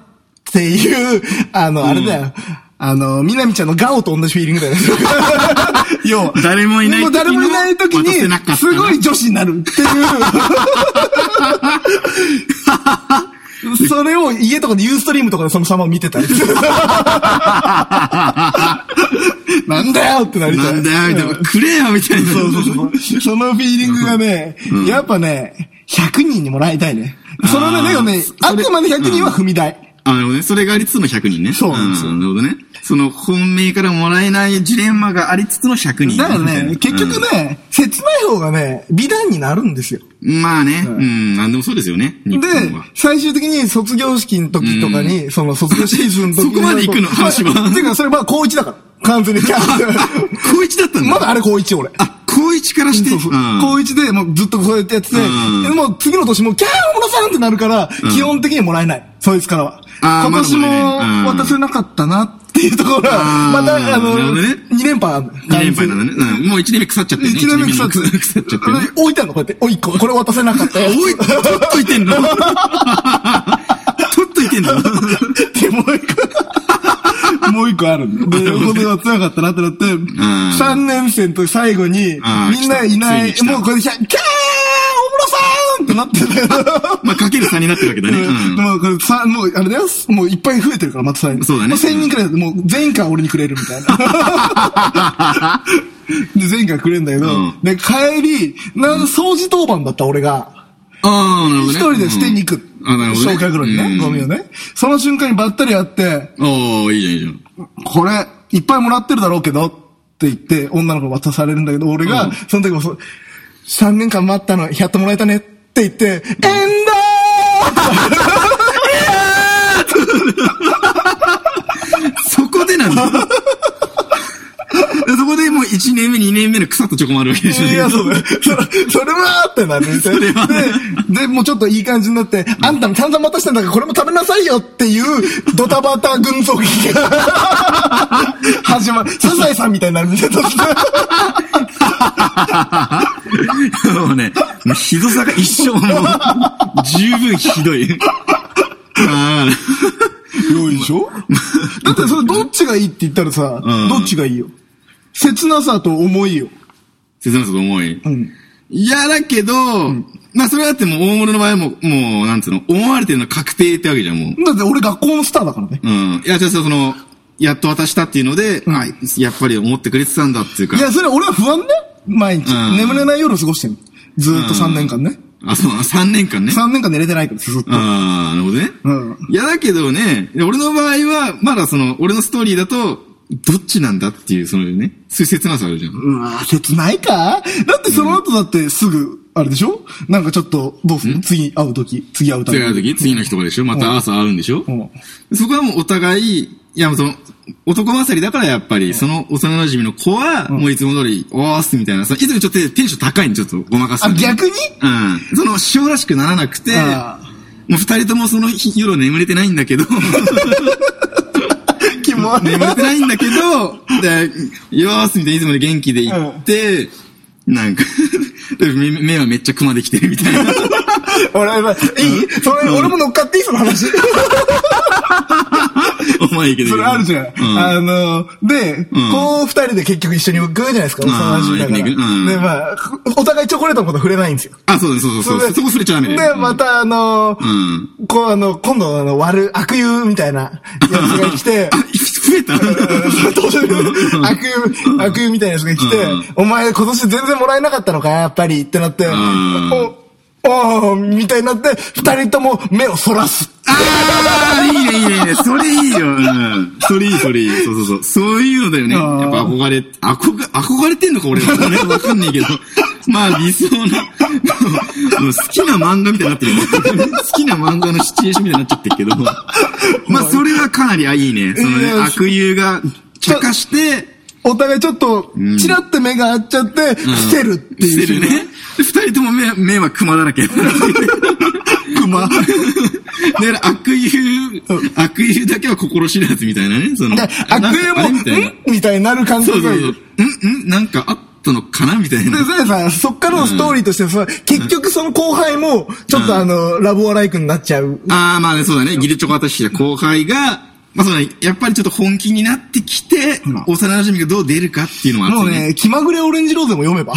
[SPEAKER 2] ていう、あの、あれだよ。あの、みなみちゃんのガオと同じフィーリング だよね。 要は
[SPEAKER 3] 誰もいない時の
[SPEAKER 2] う誰もいない時
[SPEAKER 3] 渡せなかった
[SPEAKER 2] に、す
[SPEAKER 3] な
[SPEAKER 2] ごい女子になるって いう。それを家とかでユーストリームとかでその様を見てたりする。なんだよってなりた。
[SPEAKER 3] ないんだよ、みたいな。くれよ、みたいな。
[SPEAKER 2] そうそうそう。そのフィーリングがね、やっぱね、100人にもらいたいね。そのね、だけどね、あくまで100人は踏み台。
[SPEAKER 3] あのね、それがありつつの100人ね。
[SPEAKER 2] そうなんですよ
[SPEAKER 3] んなるほどね。その本命からもらえないジレンマがありつつの100人。
[SPEAKER 2] だからね、
[SPEAKER 3] みたい
[SPEAKER 2] 結
[SPEAKER 3] な
[SPEAKER 2] 局、ね、切ない方がね、美談になるんですよ。
[SPEAKER 3] うんまあね、うん、なんでもそうですよね。日
[SPEAKER 2] で
[SPEAKER 3] 本は。、
[SPEAKER 2] 最終的に卒業式の時とかに、その卒業シーズンの時に。
[SPEAKER 3] そこまで行くの話は
[SPEAKER 2] まあていうか、それまあ高一だから。完全に。
[SPEAKER 3] 高一だったんだ。
[SPEAKER 2] まだあれ高一俺。
[SPEAKER 3] あ、高一からして。
[SPEAKER 2] そうそう
[SPEAKER 3] うん
[SPEAKER 2] 高一でもうずっとこうやってやってて、
[SPEAKER 3] うん
[SPEAKER 2] でもう次の年もキャー小室さんってなるから、基本的にもらえない。そいつからは。
[SPEAKER 3] あー
[SPEAKER 2] 今年
[SPEAKER 3] まだもらえない
[SPEAKER 2] も
[SPEAKER 3] うん
[SPEAKER 2] 渡せなかったなっていうところは、
[SPEAKER 3] あー
[SPEAKER 2] またあの、
[SPEAKER 3] なるほどね
[SPEAKER 2] 2連覇あるの。
[SPEAKER 3] 二連敗なんだね。うんもう1年目腐っちゃってね。
[SPEAKER 2] 一年目腐っ
[SPEAKER 3] 一年目腐 っちゃってね。
[SPEAKER 2] 置いてあるのこうやって。おい、ここれ渡せなかったよ。
[SPEAKER 3] おい、取っといてんの取っといて んの
[SPEAKER 2] で、もう一個、もう一個あるんだ。で、ほど強かったなってなって、3年生と最後に、
[SPEAKER 3] あー
[SPEAKER 2] みんないな
[SPEAKER 3] 来た
[SPEAKER 2] い
[SPEAKER 3] ついに来、た
[SPEAKER 2] もうこれで、キャー大室さんってなってた よ。
[SPEAKER 3] まあ、かける差になってるわけだね。 うん
[SPEAKER 2] もうこれさ、もうあれだよ、もういっぱい増えてるから、またさ、
[SPEAKER 3] そうだね
[SPEAKER 2] もう1000人くらい、もう全員から俺にくれるみたいな。 で、全員からくれるんだけど、
[SPEAKER 3] うん
[SPEAKER 2] で、帰り、なん掃除当番だった俺が、
[SPEAKER 3] ああ、なるほど
[SPEAKER 2] 一
[SPEAKER 3] ね。
[SPEAKER 2] 人で捨てに行く。
[SPEAKER 3] うんあ、なるほど、ね。
[SPEAKER 2] 焼却炉にね、ゴミを
[SPEAKER 3] ね。
[SPEAKER 2] ね。その瞬間にばったり会って、
[SPEAKER 3] おー、いいじゃん、いいじゃん。
[SPEAKER 2] これ、いっぱいもらってるだろうけど、って言って、女の子に渡されるんだけど、俺が、
[SPEAKER 3] うん
[SPEAKER 2] その時もそ、3年間待ったの、やっともらえたねって言って、エンド
[SPEAKER 3] そこで なんだ。そこでもう1年目、2年目の腐ったチョコもあるわけでしょ。
[SPEAKER 2] ーいや、そうだよ。 それ、それはってなるみたいな。
[SPEAKER 3] は
[SPEAKER 2] で、で、もうちょっといい感じになって、あんたも散々待たしてんだから、これも食べなさいよっていう、ドタバタ群像劇が、 始まる。サザエさんみたいになるみたいな。
[SPEAKER 3] もうね、もうひどさが一生もう、十分ひどい。あ
[SPEAKER 2] よいしょだってそれどっちがいいって言ったらさ、
[SPEAKER 3] うん
[SPEAKER 2] どっちがいいよ。切なさと思いよ。
[SPEAKER 3] 切なさと思い。
[SPEAKER 2] ん
[SPEAKER 3] 嫌だけど、まあそれだってもう大物の場合も、もう、なんつうの、思われてるのは確定ってわけじゃん、もう。
[SPEAKER 2] だって俺学校のスターだからね。
[SPEAKER 3] うん。いや、じゃあその、やっと渡したっていうので、
[SPEAKER 2] ん
[SPEAKER 3] あやっぱり思ってくれてたんだっていうか。
[SPEAKER 2] いや、それ俺は不安ね。毎日。
[SPEAKER 3] うん
[SPEAKER 2] 眠れない夜を過ごしてる。ずーっと
[SPEAKER 3] う
[SPEAKER 2] 3
[SPEAKER 3] ん
[SPEAKER 2] 年間ね。
[SPEAKER 3] あ、そう、3年間ね。
[SPEAKER 2] 3年間寝れてないから、ずっと。
[SPEAKER 3] ああ、なるほどね。
[SPEAKER 2] う
[SPEAKER 3] いや、だけどね、俺の場合は、まだその、俺のストーリーだと、どっちなんだっていう、そのね、そういう切なさあるじゃん。
[SPEAKER 2] うわー切ないかだってその後だってすぐ、あれでしょなんかちょっと、どうする次会う時、次会うた
[SPEAKER 3] 次会う
[SPEAKER 2] 時。
[SPEAKER 3] 時、次の日とかでしょまた朝会うんでしょ
[SPEAKER 2] うん。
[SPEAKER 3] そこはもうお互い、いや、その、男勝りだからやっぱり、その幼馴染の子は、もういつも通り、おーっすみたいな、そのいつもちょっとテンション高いんちょっとごまかすた
[SPEAKER 2] あ、
[SPEAKER 3] めに。
[SPEAKER 2] 逆に
[SPEAKER 3] うん。その、塩らしくならなくて、
[SPEAKER 2] あ
[SPEAKER 3] もう二人ともその日夜眠れてないんだけど、
[SPEAKER 2] 気も悪い。
[SPEAKER 3] 眠れてないんだけど、で、よーすみたいないつもで元気で行って、なんか で目、目はめっちゃ熊できてるみたいな。
[SPEAKER 2] 俺は、いいそれ、俺も乗っかっていいその話。
[SPEAKER 3] お前いいけど。
[SPEAKER 2] それあるじゃん。
[SPEAKER 3] うん。
[SPEAKER 2] あの、で、
[SPEAKER 3] ん
[SPEAKER 2] こう二人で結局一緒に行くじゃないですか、幼馴染だか
[SPEAKER 3] 行く行く
[SPEAKER 2] ら。
[SPEAKER 3] うん
[SPEAKER 2] で、まあ、お互いチョコレートのこと触れないんですよ。
[SPEAKER 3] あ、そうだそうそうそう。
[SPEAKER 2] で
[SPEAKER 3] そこ触れちゃダメだ
[SPEAKER 2] で、
[SPEAKER 3] よ。
[SPEAKER 2] またあの
[SPEAKER 3] う、ん。
[SPEAKER 2] こうあの、今度あの、悪、悪友みたいなやつが来 て
[SPEAKER 3] あ、、増えた
[SPEAKER 2] 当然悪友、悪友みたいなやつが来て
[SPEAKER 3] うん、
[SPEAKER 2] お前今年全然もらえなかったのか、やっぱりってなって、
[SPEAKER 3] ん
[SPEAKER 2] お、おーみたいになって、二人とも目をそらす。
[SPEAKER 3] あーいいね、いいね、いいね。それいいよ。うん。それいい、それいい。そうそうそう。そういうのだよね。
[SPEAKER 2] あー
[SPEAKER 3] やっぱ憧れ、憧れ、憧れてんのか俺は。ね、わかんないけど。まあ理想な、もうもう好きな漫画みたいになってるよ。好きな漫画のシチュエーションみたいになっちゃってるけど。まあそれはかなり、あ、いいね。その
[SPEAKER 2] い
[SPEAKER 3] ね、
[SPEAKER 2] や
[SPEAKER 3] 悪友が茶化して、
[SPEAKER 2] お互いちょっと、チラッと目が合っちゃって、伏せるっていう。
[SPEAKER 3] してるね。 二人とも目、目は 熊だらけ。熊。だから悪友、悪友だけは心知らずみたいなね。その、
[SPEAKER 2] で悪友
[SPEAKER 3] あ
[SPEAKER 2] も、
[SPEAKER 3] れみたいなん
[SPEAKER 2] みたいになる感じ
[SPEAKER 3] そう
[SPEAKER 2] が
[SPEAKER 3] そうそう。んんなんかあったのかなみたいな
[SPEAKER 2] で、。それさ、そっからのストーリーとしてさ、結局その後輩も、ちょっとあの、ラブオライクになっちゃう。
[SPEAKER 3] ああ、まあね、そうだね。ギルチョコ渡してた後輩が、まあそうだね、やっぱりちょっと本気になってきて、
[SPEAKER 2] ん
[SPEAKER 3] 幼馴染がどう出るかっていうのもあ
[SPEAKER 2] もう
[SPEAKER 3] ってね。
[SPEAKER 2] ね、気まぐれオレンジローゼも読めば。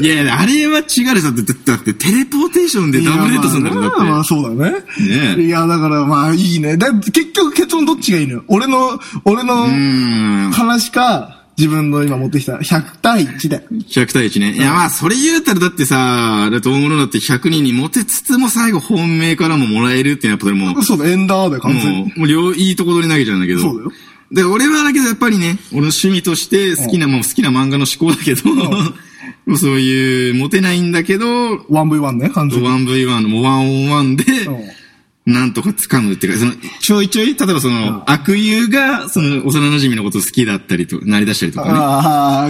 [SPEAKER 3] いやいや、あれは違うでしょ。だって、だってテレポーテーションでダブルデートするんだもん、だっ て。
[SPEAKER 2] まあまあそうだね。
[SPEAKER 3] ねえ
[SPEAKER 2] いや、だからまあいいね。だ結局結論どっちがいいのよ。俺の、俺の
[SPEAKER 3] うーん。
[SPEAKER 2] 話か、自分の今持ってきた100対1で。
[SPEAKER 3] 100対1ね。いや、まあ、それ言うたら、だってさ、だって大物だって100人にモテつつも最後本命からももらえるってやっぱりもう、も
[SPEAKER 2] そうだ、エンダーだよ、完全に。
[SPEAKER 3] う、もう両、いいとこ取り投げちゃうんだけど。
[SPEAKER 2] そうだよ。
[SPEAKER 3] で、俺はだけどやっぱりね、俺の趣味として好きな、もう好きな漫画の思考だけど、 もうそういう、モテないんだけど、
[SPEAKER 2] 1V1 ね、完全に。
[SPEAKER 3] 1V1 のもう1 on 1で、なんとか掴むっていうか、その、ちょいちょい、例えばその、悪友が、その、幼馴染のこと好きだったりと、なりだしたりとかね。
[SPEAKER 2] あ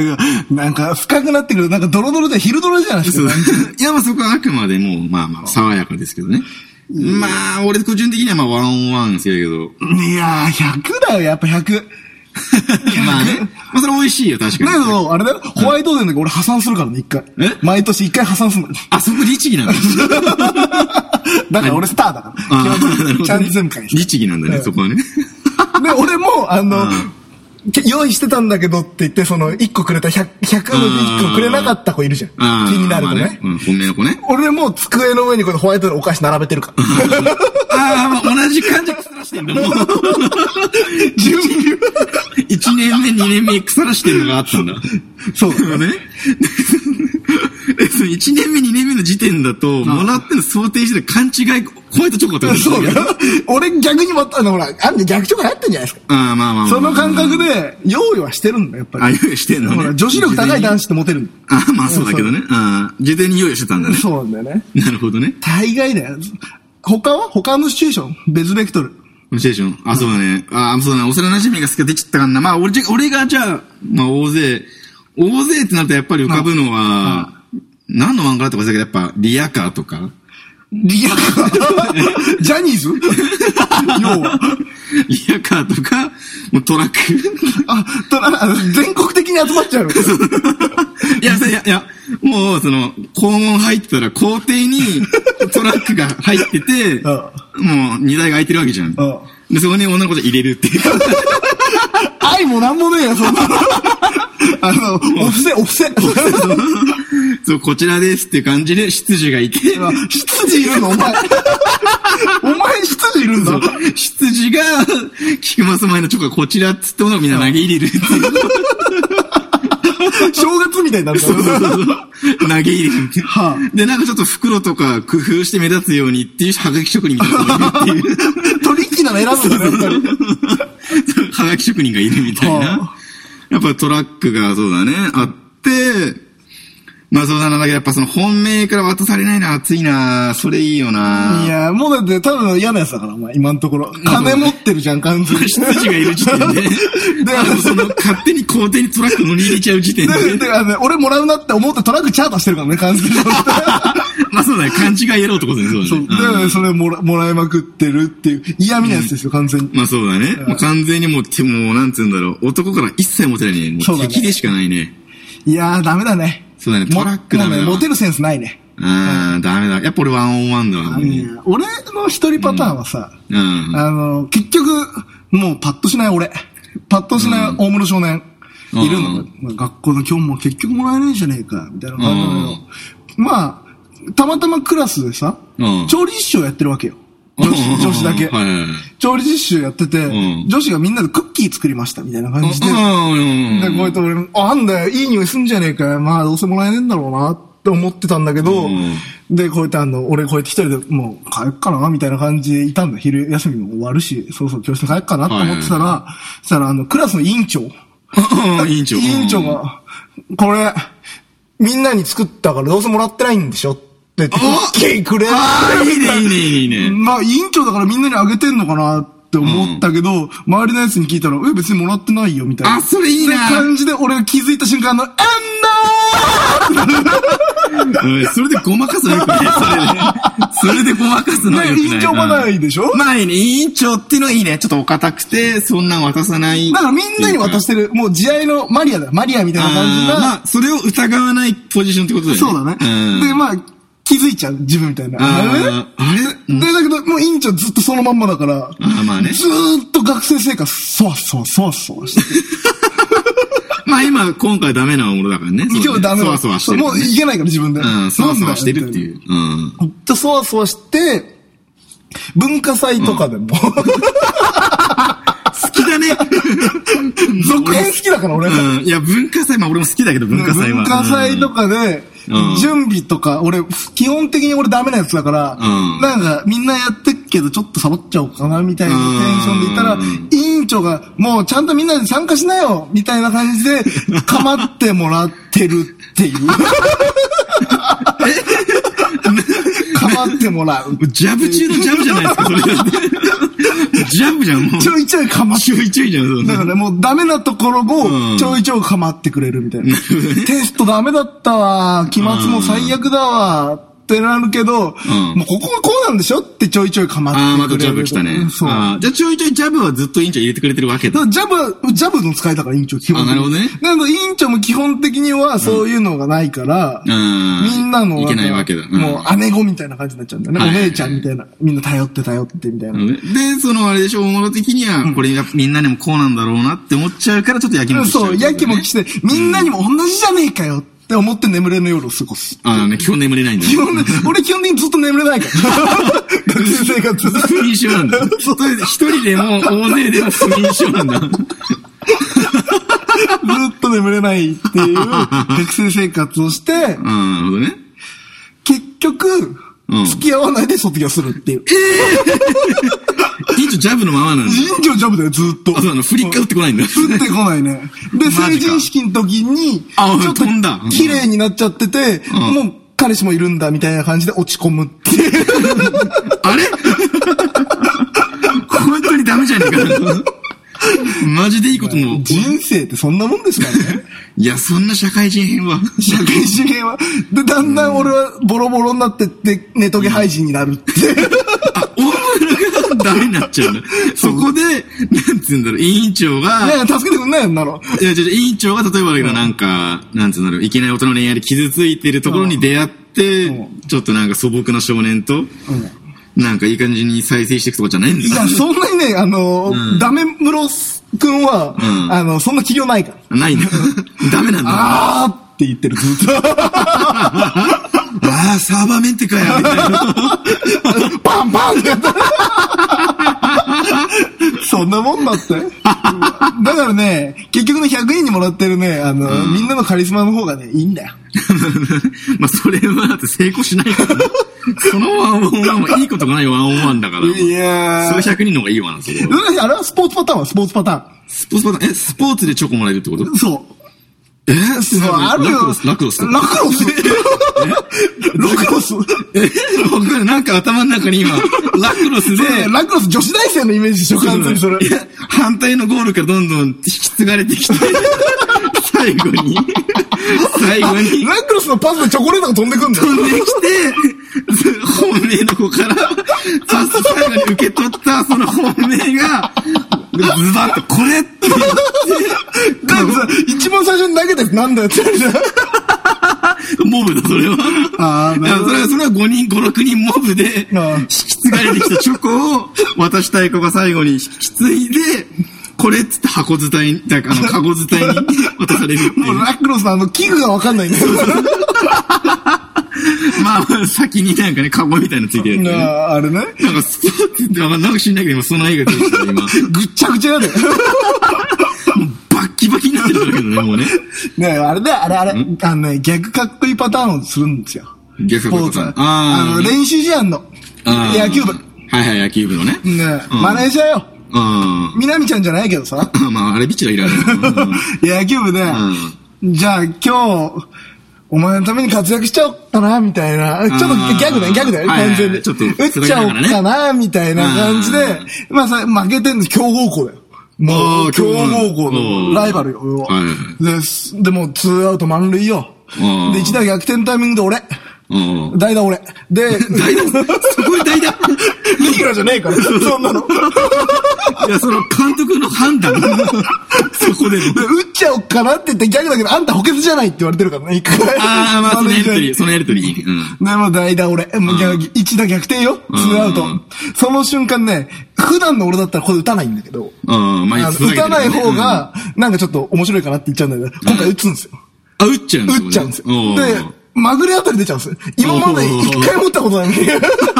[SPEAKER 2] あ、なんか深くなってくる。なんかドロドロで昼ドロじゃないです
[SPEAKER 3] そう
[SPEAKER 2] か。
[SPEAKER 3] いや、まあそこはあくまでもう、まあまあ、爽やかですけどね。まあ、俺個人的にはまあ、ワンオンワンですけど。
[SPEAKER 2] いやー、100だよ、やっぱ100。
[SPEAKER 3] まあね。まあそれ美味しいよ、確か
[SPEAKER 2] だけ
[SPEAKER 3] に。
[SPEAKER 2] ど、あれだよ、ホワイトデーの時俺破産するからね、一回
[SPEAKER 3] え。
[SPEAKER 2] 毎年一回破産するの。
[SPEAKER 3] あそこ律 儀なんだ。
[SPEAKER 2] だから俺スターだか
[SPEAKER 3] あーなるほど
[SPEAKER 2] ら。
[SPEAKER 3] ね
[SPEAKER 2] ちゃんと全回。で、
[SPEAKER 3] 律儀なんだね、そこはね。
[SPEAKER 2] 俺も、あの
[SPEAKER 3] ん、
[SPEAKER 2] け用意してたんだけどって言って、その、1個くれた100、100の1個くれなかった子いるじゃん。
[SPEAKER 3] あー
[SPEAKER 2] 気になる子
[SPEAKER 3] まあ
[SPEAKER 2] ね。
[SPEAKER 3] うん、本命の子ね。
[SPEAKER 2] 俺もう机の上にこのホワイトデーのお菓子並べてる から。
[SPEAKER 3] ああ、まあ同じ感じ腐らしてんだ、もう。
[SPEAKER 2] 準備は
[SPEAKER 3] 1年目、2年目腐らしてるのがあったんだ。
[SPEAKER 2] そうだね。
[SPEAKER 3] ね。えその1年目、2年目の時点だと、もらっての想定してた勘違い、ホワイトチョコってことです
[SPEAKER 2] そう
[SPEAKER 3] ね
[SPEAKER 2] だ。俺逆にもあの、ほら、あんで逆とかやってんじゃないですか。
[SPEAKER 3] ああ、まあまあまあまあ。
[SPEAKER 2] その感覚で、用意はしてるんだ、やっぱ
[SPEAKER 3] あ、
[SPEAKER 2] り。
[SPEAKER 3] 用意してんの
[SPEAKER 2] ほら、
[SPEAKER 3] ね。
[SPEAKER 2] 女子力高い男
[SPEAKER 3] 子。
[SPEAKER 2] 子ってモテるん
[SPEAKER 3] あまあそうだけどね。ああ、事前に用意してたんだね。
[SPEAKER 2] そうなんだよね。
[SPEAKER 3] なるほどね。
[SPEAKER 2] 大概だよ。他は他のシチュエーション別ベクトル。
[SPEAKER 3] シチュエーション。あ、そうだね。ああ、そうだね。幼馴染が好きでできちゃったからな。まあ、俺じゃ、俺がじゃあ、まあ、大勢、大勢ってなるとやっぱり浮かぶのは、何の漫画だとかだけど、やっぱ、リアカーとか。
[SPEAKER 2] リアル。ジャニー ズ要は。
[SPEAKER 3] リアカーとか、もうトラック。
[SPEAKER 2] あ、とな、あの全国的に集まっちゃうの。
[SPEAKER 3] いや、いや、いや、もう、その、校門入ってたら、校庭に トラックが入ってて、
[SPEAKER 2] ん
[SPEAKER 3] もう、荷台が空いてるわけじゃん。
[SPEAKER 2] ん
[SPEAKER 3] で、そこに女の子じゃ入れるって いう。
[SPEAKER 2] 愛もなんもねえよ、そんなの。あの、オフセ、オフセ。
[SPEAKER 3] そう、こちらですっていう感じで、執事がいて、
[SPEAKER 2] 執事いるのお前。お前執事いるんだ。
[SPEAKER 3] 執事が、菊松前のチョコがこちらっつってものをみんな投げ入れるっていう。
[SPEAKER 2] 正月みたいになるから
[SPEAKER 3] 投げ入れるっていう
[SPEAKER 2] はあ
[SPEAKER 3] で、なんかちょっと袋とか工夫して目立つようにっていう、はがき職人みたいなのがいるっていう。
[SPEAKER 2] トリッキーなの選ぶんだね、やっぱり。
[SPEAKER 3] はがき職人がいるみたい
[SPEAKER 2] は
[SPEAKER 3] な。やっぱトラックがそうだね、あって、まあそうだな、だけどやっぱその本命から渡されないな、熱いな、それいいよな。
[SPEAKER 2] いや、もうだって多分嫌なやつだから、お前、今のところ。金持ってるじゃん、完全に。
[SPEAKER 3] 執事が いる時点で、
[SPEAKER 2] で
[SPEAKER 3] あのその勝手に校庭にトラック乗り入れちゃう時点で、
[SPEAKER 2] で、であのね俺もらうなって思ってトラックチャートしてるからね、完全に。
[SPEAKER 3] まあそうだね、勘違いやろうってことですよね。
[SPEAKER 2] そう。
[SPEAKER 3] うん
[SPEAKER 2] で、それもらもらいまくってるっていう、嫌味なやつですよ、完全に。
[SPEAKER 3] まあそうだね。もう完全にもう、てもうなんつうんだろう。男から一切モテないね。も
[SPEAKER 2] そう
[SPEAKER 3] う
[SPEAKER 2] だね
[SPEAKER 3] 敵でしかないね。
[SPEAKER 2] いやー、ダメだね。
[SPEAKER 3] そうだね
[SPEAKER 2] も
[SPEAKER 3] トラックダメだ
[SPEAKER 2] もうね、モテるセンスないね。
[SPEAKER 3] ああ、ダメだ。やっぱ俺ワンオンワンだわ。もうね
[SPEAKER 2] うん俺の一人パターンはさ、
[SPEAKER 3] うん。
[SPEAKER 2] あの、結局、もうパッとしない俺。パッとしない大室少年。
[SPEAKER 3] うん
[SPEAKER 2] いる
[SPEAKER 3] う
[SPEAKER 2] の
[SPEAKER 3] ん。
[SPEAKER 2] まあ学校の今日も結局もらえないじゃねえか、みたいな感じなのよ
[SPEAKER 3] うん
[SPEAKER 2] まあ、たまたまクラスでさ
[SPEAKER 3] うん、
[SPEAKER 2] 調理実習をやってるわけよ。女子女子だけ
[SPEAKER 3] は。いはいはい。
[SPEAKER 2] 調理実習やってて
[SPEAKER 3] う、ん
[SPEAKER 2] 女子がみんなでクッキー作りました、みたいな感じで。
[SPEAKER 3] うんうん
[SPEAKER 2] で、こうやって俺、あ、あんだよ、いい匂いすんじゃねえかよ。まあ、どうせもらえねえんだろうな、って思ってたんだけど、
[SPEAKER 3] うん
[SPEAKER 2] で、こうやってあの、俺こうやって一人でもう、帰っかな、みたいな感じでいたんだ。昼休みも終わるし、そうそう、教室に帰っかな、と思ってたら、そしたら、あの、クラスの委員長。
[SPEAKER 3] うん委員長。
[SPEAKER 2] 委員長
[SPEAKER 3] うん。
[SPEAKER 2] が、これ、みんなに作ったからどうせもらってないんでしょって言って、ク
[SPEAKER 3] あ
[SPEAKER 2] ッキーくれ
[SPEAKER 3] ああ、いいね、いいね、いいねいいね。
[SPEAKER 2] まあ、委員長だからみんなにあげてんのかなって思ったけど、周りのやつに聞いたら、え、別にもらってないよ、みたいな。
[SPEAKER 3] あそれいいな
[SPEAKER 2] って感じで、俺が気づいた瞬間の、あんな
[SPEAKER 3] うんそれでごまかすのよくない。それで。それでごまかすのはよ
[SPEAKER 2] ー
[SPEAKER 3] く
[SPEAKER 2] で、
[SPEAKER 3] ない。
[SPEAKER 2] 委員長もないでしょ
[SPEAKER 3] うんないね。委員長っていうのはいいね。ちょっとお堅くて、そんなん渡さない。
[SPEAKER 2] だからみんなに渡してる、もう慈愛のマリアだ。マリアみたいな感じ
[SPEAKER 3] あー
[SPEAKER 2] な。
[SPEAKER 3] まあ、それを疑わないポジションってことだよね。
[SPEAKER 2] そうだね。で、
[SPEAKER 3] で、
[SPEAKER 2] ま
[SPEAKER 3] ま
[SPEAKER 2] あ、気づいちゃう、自分みたいな。
[SPEAKER 3] あー、あれ
[SPEAKER 2] で、だけど、もう委員長ずっとそのまんまだから、
[SPEAKER 3] あま あね
[SPEAKER 2] ずーっと学生生活、そわそわそわそわ して、
[SPEAKER 3] まあ今、今回ダメなものだからね。そうね
[SPEAKER 2] 今日ダメだ。
[SPEAKER 3] そわそわしてる、ね。
[SPEAKER 2] もういけないから自分で。
[SPEAKER 3] うん、そわそわしてるって
[SPEAKER 2] う
[SPEAKER 3] いう。うん。
[SPEAKER 2] ほんとそわそわして、文化祭とかでも、
[SPEAKER 3] 好き だね
[SPEAKER 2] 続編好きだから俺。
[SPEAKER 3] うん。いや、文化祭、まあ俺も好きだけど、文化祭は。
[SPEAKER 2] 文化祭とかで
[SPEAKER 3] うん、
[SPEAKER 2] 準備とか、俺、基本的に俺ダメなやつだから、
[SPEAKER 3] うん
[SPEAKER 2] なんか、みんなやってっけど、ちょっとサボっちゃおうかな、みたいなテンションでいたら
[SPEAKER 3] うん、
[SPEAKER 2] 委員長が、もうちゃんとみんなで参加しなよ、みたいな感じ で、かまってもらってるっていう。 かまっても らう。
[SPEAKER 3] うんジャブ中のジャブじゃないですか、そ れだって。ジャブじゃん、もう。
[SPEAKER 2] ちょいちょいかまって
[SPEAKER 3] ちょいちょいじゃん、そん
[SPEAKER 2] だ
[SPEAKER 3] な
[SPEAKER 2] か。らもうダメなところ
[SPEAKER 3] う
[SPEAKER 2] を
[SPEAKER 3] ん
[SPEAKER 2] ちょいちょい構ってくれるみたいな。テストダメだったわ、期末も最悪だわ、ってなるけど、
[SPEAKER 3] ん
[SPEAKER 2] もうここはこうなんでしょってちょいちょい構ってくれ
[SPEAKER 3] あ
[SPEAKER 2] る。
[SPEAKER 3] あ、またジャブ来たね。
[SPEAKER 2] そう。
[SPEAKER 3] あーじゃあちょいちょいジャブはずっと委員長入れてくれてるわけ
[SPEAKER 2] だか
[SPEAKER 3] だ。
[SPEAKER 2] らジャブは、ジャブの使いだから、委員長、基本的に。
[SPEAKER 3] あなるほどね
[SPEAKER 2] なので、委員長も基本的にはそういうのがないから、
[SPEAKER 3] うん
[SPEAKER 2] みんなの、
[SPEAKER 3] いけないわけだうん
[SPEAKER 2] もう姉子みたいな感じになっちゃうんだよね。
[SPEAKER 3] はい
[SPEAKER 2] お姉ちゃんみたいな。みんな頼って頼ってみたいな。
[SPEAKER 3] で、そのあれでしょ、大物的には、これがみんなにもこうなんだろうなって思っちゃうから、ちょっとやきもきしちゃう、
[SPEAKER 2] そう、やきもき
[SPEAKER 3] し
[SPEAKER 2] して、みんなにも同じじゃねえかよって思って眠れぬ夜を過ごす。
[SPEAKER 3] ああね、基本眠れないんだ
[SPEAKER 2] 基
[SPEAKER 3] よ。
[SPEAKER 2] 本ね、 俺基本的にずっと眠れない から。学生生活。
[SPEAKER 3] 不眠症なん だ。一人でも、大勢でも不眠症なんだ。
[SPEAKER 2] っと眠れないって いう学生生活をして、
[SPEAKER 3] ああ、なるほどね。
[SPEAKER 2] 結局
[SPEAKER 3] うん、
[SPEAKER 2] 付き合わないで卒業するっていう。
[SPEAKER 3] 一応ジャブのままなんだ。
[SPEAKER 2] 人情ジャブだよ、ずっと。
[SPEAKER 3] あ、そうなの、振り返ってこないんだ。
[SPEAKER 2] 降ってこないね。で、
[SPEAKER 3] マジか
[SPEAKER 2] 成人式の時に、
[SPEAKER 3] あ
[SPEAKER 2] ちょっと
[SPEAKER 3] 飛んだうん
[SPEAKER 2] 綺麗になっちゃってて、
[SPEAKER 3] うん
[SPEAKER 2] もう彼氏もいるんだみたいな感じで落ち込むっていう。
[SPEAKER 3] あれ本当にダメじゃねえか。マジでいいことも。
[SPEAKER 2] 人生ってそんなもんですからね。
[SPEAKER 3] いや、そんな社会人編は。
[SPEAKER 2] 社会主義は。で、だんだん俺はボロボロになってって、ネトゲ廃人になるっていう。
[SPEAKER 3] あ、大村がダメになっちゃうの。そこで、なんつうんだろう、委員長
[SPEAKER 2] ねえ
[SPEAKER 3] が、
[SPEAKER 2] 助けてくんないよ、んなの。
[SPEAKER 3] いや、じゃ委員長が例えばだけど、なんか、なんつうんだろう、いけない大人の恋愛で傷ついてるところに出会って
[SPEAKER 2] う、
[SPEAKER 3] ちょっとなんか素朴な少年と、なんかいい感じに再生していくとかじゃないんです
[SPEAKER 2] い
[SPEAKER 3] よ
[SPEAKER 2] や、。そんなにね、あの、
[SPEAKER 3] うん
[SPEAKER 2] ダメムロス君は、
[SPEAKER 3] うん
[SPEAKER 2] あの、そんな器量ないから。
[SPEAKER 3] ないんだ。ダメなんだ。あ
[SPEAKER 2] あーって言ってる、ずっと。
[SPEAKER 3] あー、サーバーメンテかよ、みたいな。
[SPEAKER 2] パンパンってやった。そんなもんだって。だからね、結局ね、100人にもらってるね、あの、みんなのカリスマの方がね、いいんだよ。
[SPEAKER 3] まあ、それはだって成功しないから ね。そのワンオンワンはいいことがないワンオンワンだから。
[SPEAKER 2] いやー
[SPEAKER 3] 数百人の方がいいわな、それは。
[SPEAKER 2] あれはスポーツパターンはスポーツパター
[SPEAKER 3] スポーツパターン、え、スポーツでチョコもらえるってこと
[SPEAKER 2] ン。そう。
[SPEAKER 3] え
[SPEAKER 2] そう、あるよ
[SPEAKER 3] ラクロス、。ラクロス。
[SPEAKER 2] ラクロス。ラクロス。
[SPEAKER 3] え僕なんか頭の中 に今、ラクロスで、
[SPEAKER 2] ねラクロス女子大生のイメージでしょ、完全にそれ。
[SPEAKER 3] いや反対のゴールからどんどん引き継がれて きて、最後に、 最後に、
[SPEAKER 2] ラクロスのパスでチョコレートが飛んでくんだよ。
[SPEAKER 3] 飛んできて、本命の子から、パスタイムに受け取った、その本命が、ズバッと、これって
[SPEAKER 2] だってさ、一番最初に投げたやつなんだよって言われて。
[SPEAKER 3] モブだ、それは。
[SPEAKER 2] あーなるほど
[SPEAKER 3] いやそれは、それは5人、5、6人モブで、
[SPEAKER 2] あー
[SPEAKER 3] 引き継がれてきたチョコを、渡したい子が最後に引き継いで、これっつって箱伝いに、だから あの、カゴ伝いに渡されるってい
[SPEAKER 2] も
[SPEAKER 3] う
[SPEAKER 2] う。ラクロスのあの、器具がわかんないんだよ。
[SPEAKER 3] まあ、先になんかね、カゴみたいなのついてるやつね、
[SPEAKER 2] なあ、あれね。
[SPEAKER 3] なんか、スポーツって、まあなんか知んないけど、今、その映画出てき た、今。
[SPEAKER 2] ぐっちゃぐちゃやで。
[SPEAKER 3] バッキバキになってるんだけどね、もうね。
[SPEAKER 2] ねあれだ、あれあれ、あのね、逆かっこいいパターンをするんですよ。
[SPEAKER 3] 逆
[SPEAKER 2] スポーツはあ
[SPEAKER 3] あ
[SPEAKER 2] の、
[SPEAKER 3] ー
[SPEAKER 2] 練習試合の。
[SPEAKER 3] あー
[SPEAKER 2] 野球部。ね
[SPEAKER 3] はいはい、野球部のね。うん
[SPEAKER 2] マネージャーよ。
[SPEAKER 3] うん。
[SPEAKER 2] みなみちゃんじゃないけどさ。
[SPEAKER 3] まあ、あれビチラいらない。うん
[SPEAKER 2] 野球部で、じゃあ今日、お前のために活躍しちゃおっかな、みたいな。ちょっとギャグだよ、ギャグだよ、
[SPEAKER 3] は
[SPEAKER 2] 完
[SPEAKER 3] いはいはい
[SPEAKER 2] 全に。
[SPEAKER 3] ちょっと
[SPEAKER 2] 打っちゃおっかな、みたいな感じで
[SPEAKER 3] うん、
[SPEAKER 2] まあさ、負けてんの強豪校だよ。も
[SPEAKER 3] あー
[SPEAKER 2] う、強豪校
[SPEAKER 3] う
[SPEAKER 2] の
[SPEAKER 3] ん
[SPEAKER 2] ライバルよ。
[SPEAKER 3] はいはい
[SPEAKER 2] ですで、もうツーアウト満塁よ
[SPEAKER 3] うん。
[SPEAKER 2] で、一打逆転タイミングで俺。
[SPEAKER 3] うん。
[SPEAKER 2] 代打俺。で、
[SPEAKER 3] 代打そこで 代打
[SPEAKER 2] レギュラーじゃねえ から、そんなの。で、
[SPEAKER 3] いや、その監督の 判断。そこで
[SPEAKER 2] 打
[SPEAKER 3] の。
[SPEAKER 2] っちゃおっかなって言ってギャグだけど、あんた補欠じゃないって言われてるからね、一回。
[SPEAKER 3] ああ、まあ、そ
[SPEAKER 2] マ
[SPEAKER 3] の
[SPEAKER 2] ネージ
[SPEAKER 3] やり
[SPEAKER 2] ャ
[SPEAKER 3] と
[SPEAKER 2] ーに
[SPEAKER 3] り、そのやりとりいいね。うん。
[SPEAKER 2] でも代打俺、もう逆一打逆転よ、ツ
[SPEAKER 3] ん
[SPEAKER 2] ーアウト
[SPEAKER 3] うん。
[SPEAKER 2] その瞬間ね、普段の俺だったらこれ打たないんだけど、
[SPEAKER 3] うん、ま
[SPEAKER 2] あの
[SPEAKER 3] あ、
[SPEAKER 2] 打たない方が、なんかちょっと面白いかなって言っちゃうんだけど、今回打つんですよ。
[SPEAKER 3] うん、あ、打っちゃうんだ
[SPEAKER 2] 打っちゃうんですよ。
[SPEAKER 3] おー
[SPEAKER 2] で、まぐれあたり出ちゃうんですよ。今まで一回も打ったことないのに。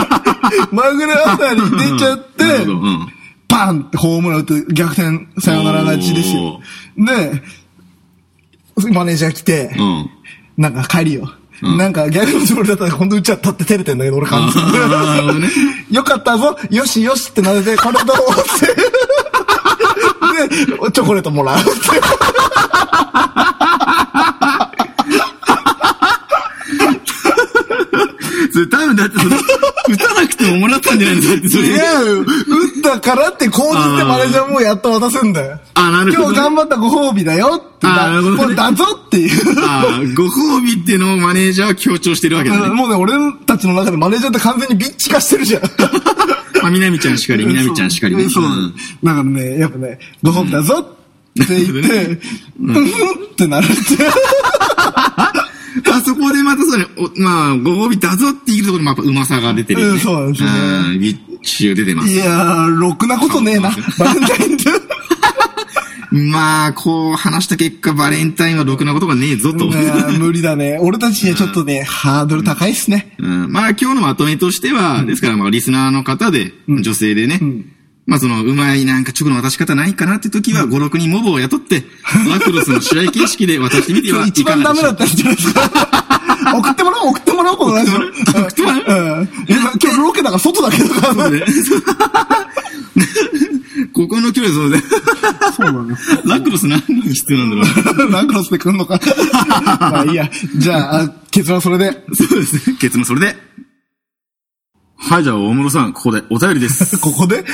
[SPEAKER 2] まぐれあたり出ちゃっ
[SPEAKER 3] なるほ
[SPEAKER 2] て
[SPEAKER 3] ど、うん。
[SPEAKER 2] バンってホームラン打って逆転サヨナラ勝ちですよ。で、マネージャー来て、
[SPEAKER 3] うん。
[SPEAKER 2] なんか帰りよ。なんかギャグのつもりだったら本当打っちゃったって照れてんだけど俺感じ
[SPEAKER 3] あーなるほどね。
[SPEAKER 2] よかったぞよしよしってなでて、これどうって。で、チョコレートもらうって。
[SPEAKER 3] それ多分だってその、 打たなくてももらったんじゃないのだってそ
[SPEAKER 2] い
[SPEAKER 3] れ。
[SPEAKER 2] や、打ったからって口実でマネージャーもやっと渡せんだよ。
[SPEAKER 3] あなるほど
[SPEAKER 2] 今
[SPEAKER 3] ね
[SPEAKER 2] 日頑張ったご褒美だよって。
[SPEAKER 3] あなるほどね
[SPEAKER 2] これだぞっていう。
[SPEAKER 3] ああ、ご褒美っていうのをマネージャーは強調してるわけだね。
[SPEAKER 2] もうね、俺たちの中でマネージャーって完全にビッチ化してるじゃん。
[SPEAKER 3] まあ、みなみちゃんしかり、みなみちゃんしかりね。
[SPEAKER 2] そう。
[SPEAKER 3] うん
[SPEAKER 2] だからね、やっぱね、ご褒美だぞって言って、うん、うんってなるって。
[SPEAKER 3] あそこでまたそれ、おまあ、ご褒美だぞっていうところにまたうまさが出てるよ
[SPEAKER 2] うん
[SPEAKER 3] ね。
[SPEAKER 2] そうなんですよね
[SPEAKER 3] うんビッチが出てます
[SPEAKER 2] い。やー、ろくなことねえな。バレンタインで。
[SPEAKER 3] まあ、こう話した結果、バレンタインはろくなことがねえぞと。
[SPEAKER 2] いやー無理だね。俺たちにはちょっとね、ハードル高いっすね。
[SPEAKER 3] うんまあ今日のまとめとしては、ですからまあリスナーの方で、女性でね、まあその、うまいなんか直の渡し方ないかなって時は、5、6人モブを雇って、マクロスの試合形式で渡してみて
[SPEAKER 2] そ
[SPEAKER 3] は
[SPEAKER 2] れ
[SPEAKER 3] い
[SPEAKER 2] 一
[SPEAKER 3] か
[SPEAKER 2] 番
[SPEAKER 3] が
[SPEAKER 2] ダ
[SPEAKER 3] で
[SPEAKER 2] メだった。
[SPEAKER 3] しょうか
[SPEAKER 2] んじゃないですか。送ってもらおう、送ってもらおう、このラジオ。うんうんいや今日ロケだから外だけど。
[SPEAKER 3] ね ここの距離は
[SPEAKER 2] そうな の。
[SPEAKER 3] そう だ。ラクロス何人必要なんだろ
[SPEAKER 2] ラクロスで来んのか。まあいいや。じゃあ、あ結論それで。
[SPEAKER 3] う。そうですね。結論それで。はい、じゃあ、大室さん、ここでお便りです。
[SPEAKER 2] ここで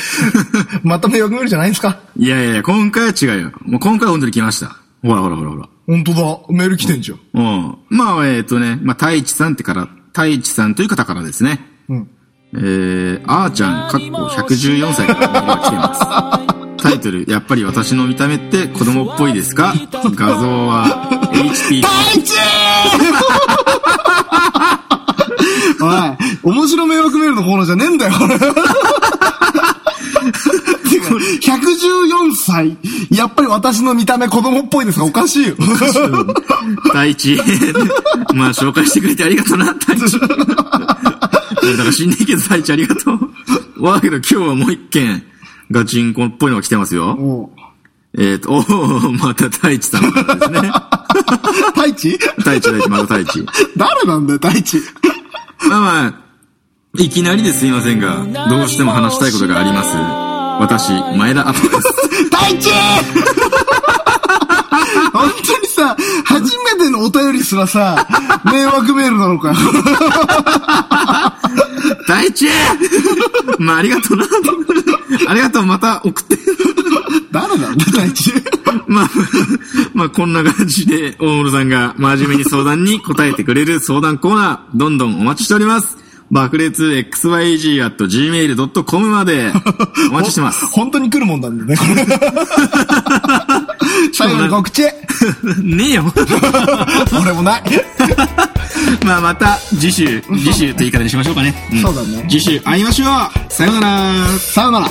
[SPEAKER 2] また迷惑メールじゃないんですか
[SPEAKER 3] いやいやいや、今回は違うよ。もう今回は本当に来ました。ほらほらほらほら。
[SPEAKER 2] 本当だ。メール来てんじゃん。
[SPEAKER 3] うん。まあ、えっ、とね、まあ、太一さんってから、太一さんという方からですね。
[SPEAKER 2] うん。
[SPEAKER 3] えー、あーちゃん、かっこ114歳からメールが来てます。タイトル、やっぱり私の見た目って子供っぽいですか画像は HP
[SPEAKER 2] 大地おい、面白迷惑メールのコーナーじゃねえんだよ、これ。てか114歳。やっぱり私の見た目子供っぽいですが、おかしいよ。
[SPEAKER 3] 太一。 まあ、紹介してくれてありがとうな、太一。なんか死んねえけど、太一ありがとう。わあけど、今日はもう一件、ガチンコっぽいのが来てますよ。
[SPEAKER 2] も
[SPEAKER 3] えっ、と、おーまた太一さんからですね。
[SPEAKER 2] う、大地
[SPEAKER 3] 太一、太一、また太一。
[SPEAKER 2] 誰なんだよ、大地。
[SPEAKER 3] まあまあ、いきなりですいませんが、どうしても話したいことがあります。私、前田アップです。
[SPEAKER 2] 大地本当にさ、初めてのお便りすらさ、迷惑メールなのかよ。
[SPEAKER 3] 大地 まあ、ありがとうな。ありがとう、また送って。
[SPEAKER 2] 誰なんだ、大地。
[SPEAKER 3] まあ、 まあ、こんな感じで、大室さんが真面目に相談に答えてくれる相談コーナー、どんどんお待ちしております。爆裂 xyg.gmail.com ま で、お待ちしてます。
[SPEAKER 2] 本当に来るもんなんだね、これ最後に告 知
[SPEAKER 3] ねえよ。
[SPEAKER 2] 俺もない。
[SPEAKER 3] まあ、また、次週、次週って言い方にしましょうかね。ん
[SPEAKER 2] そうだね
[SPEAKER 3] 次週会いましょうさようなら
[SPEAKER 2] さよなら。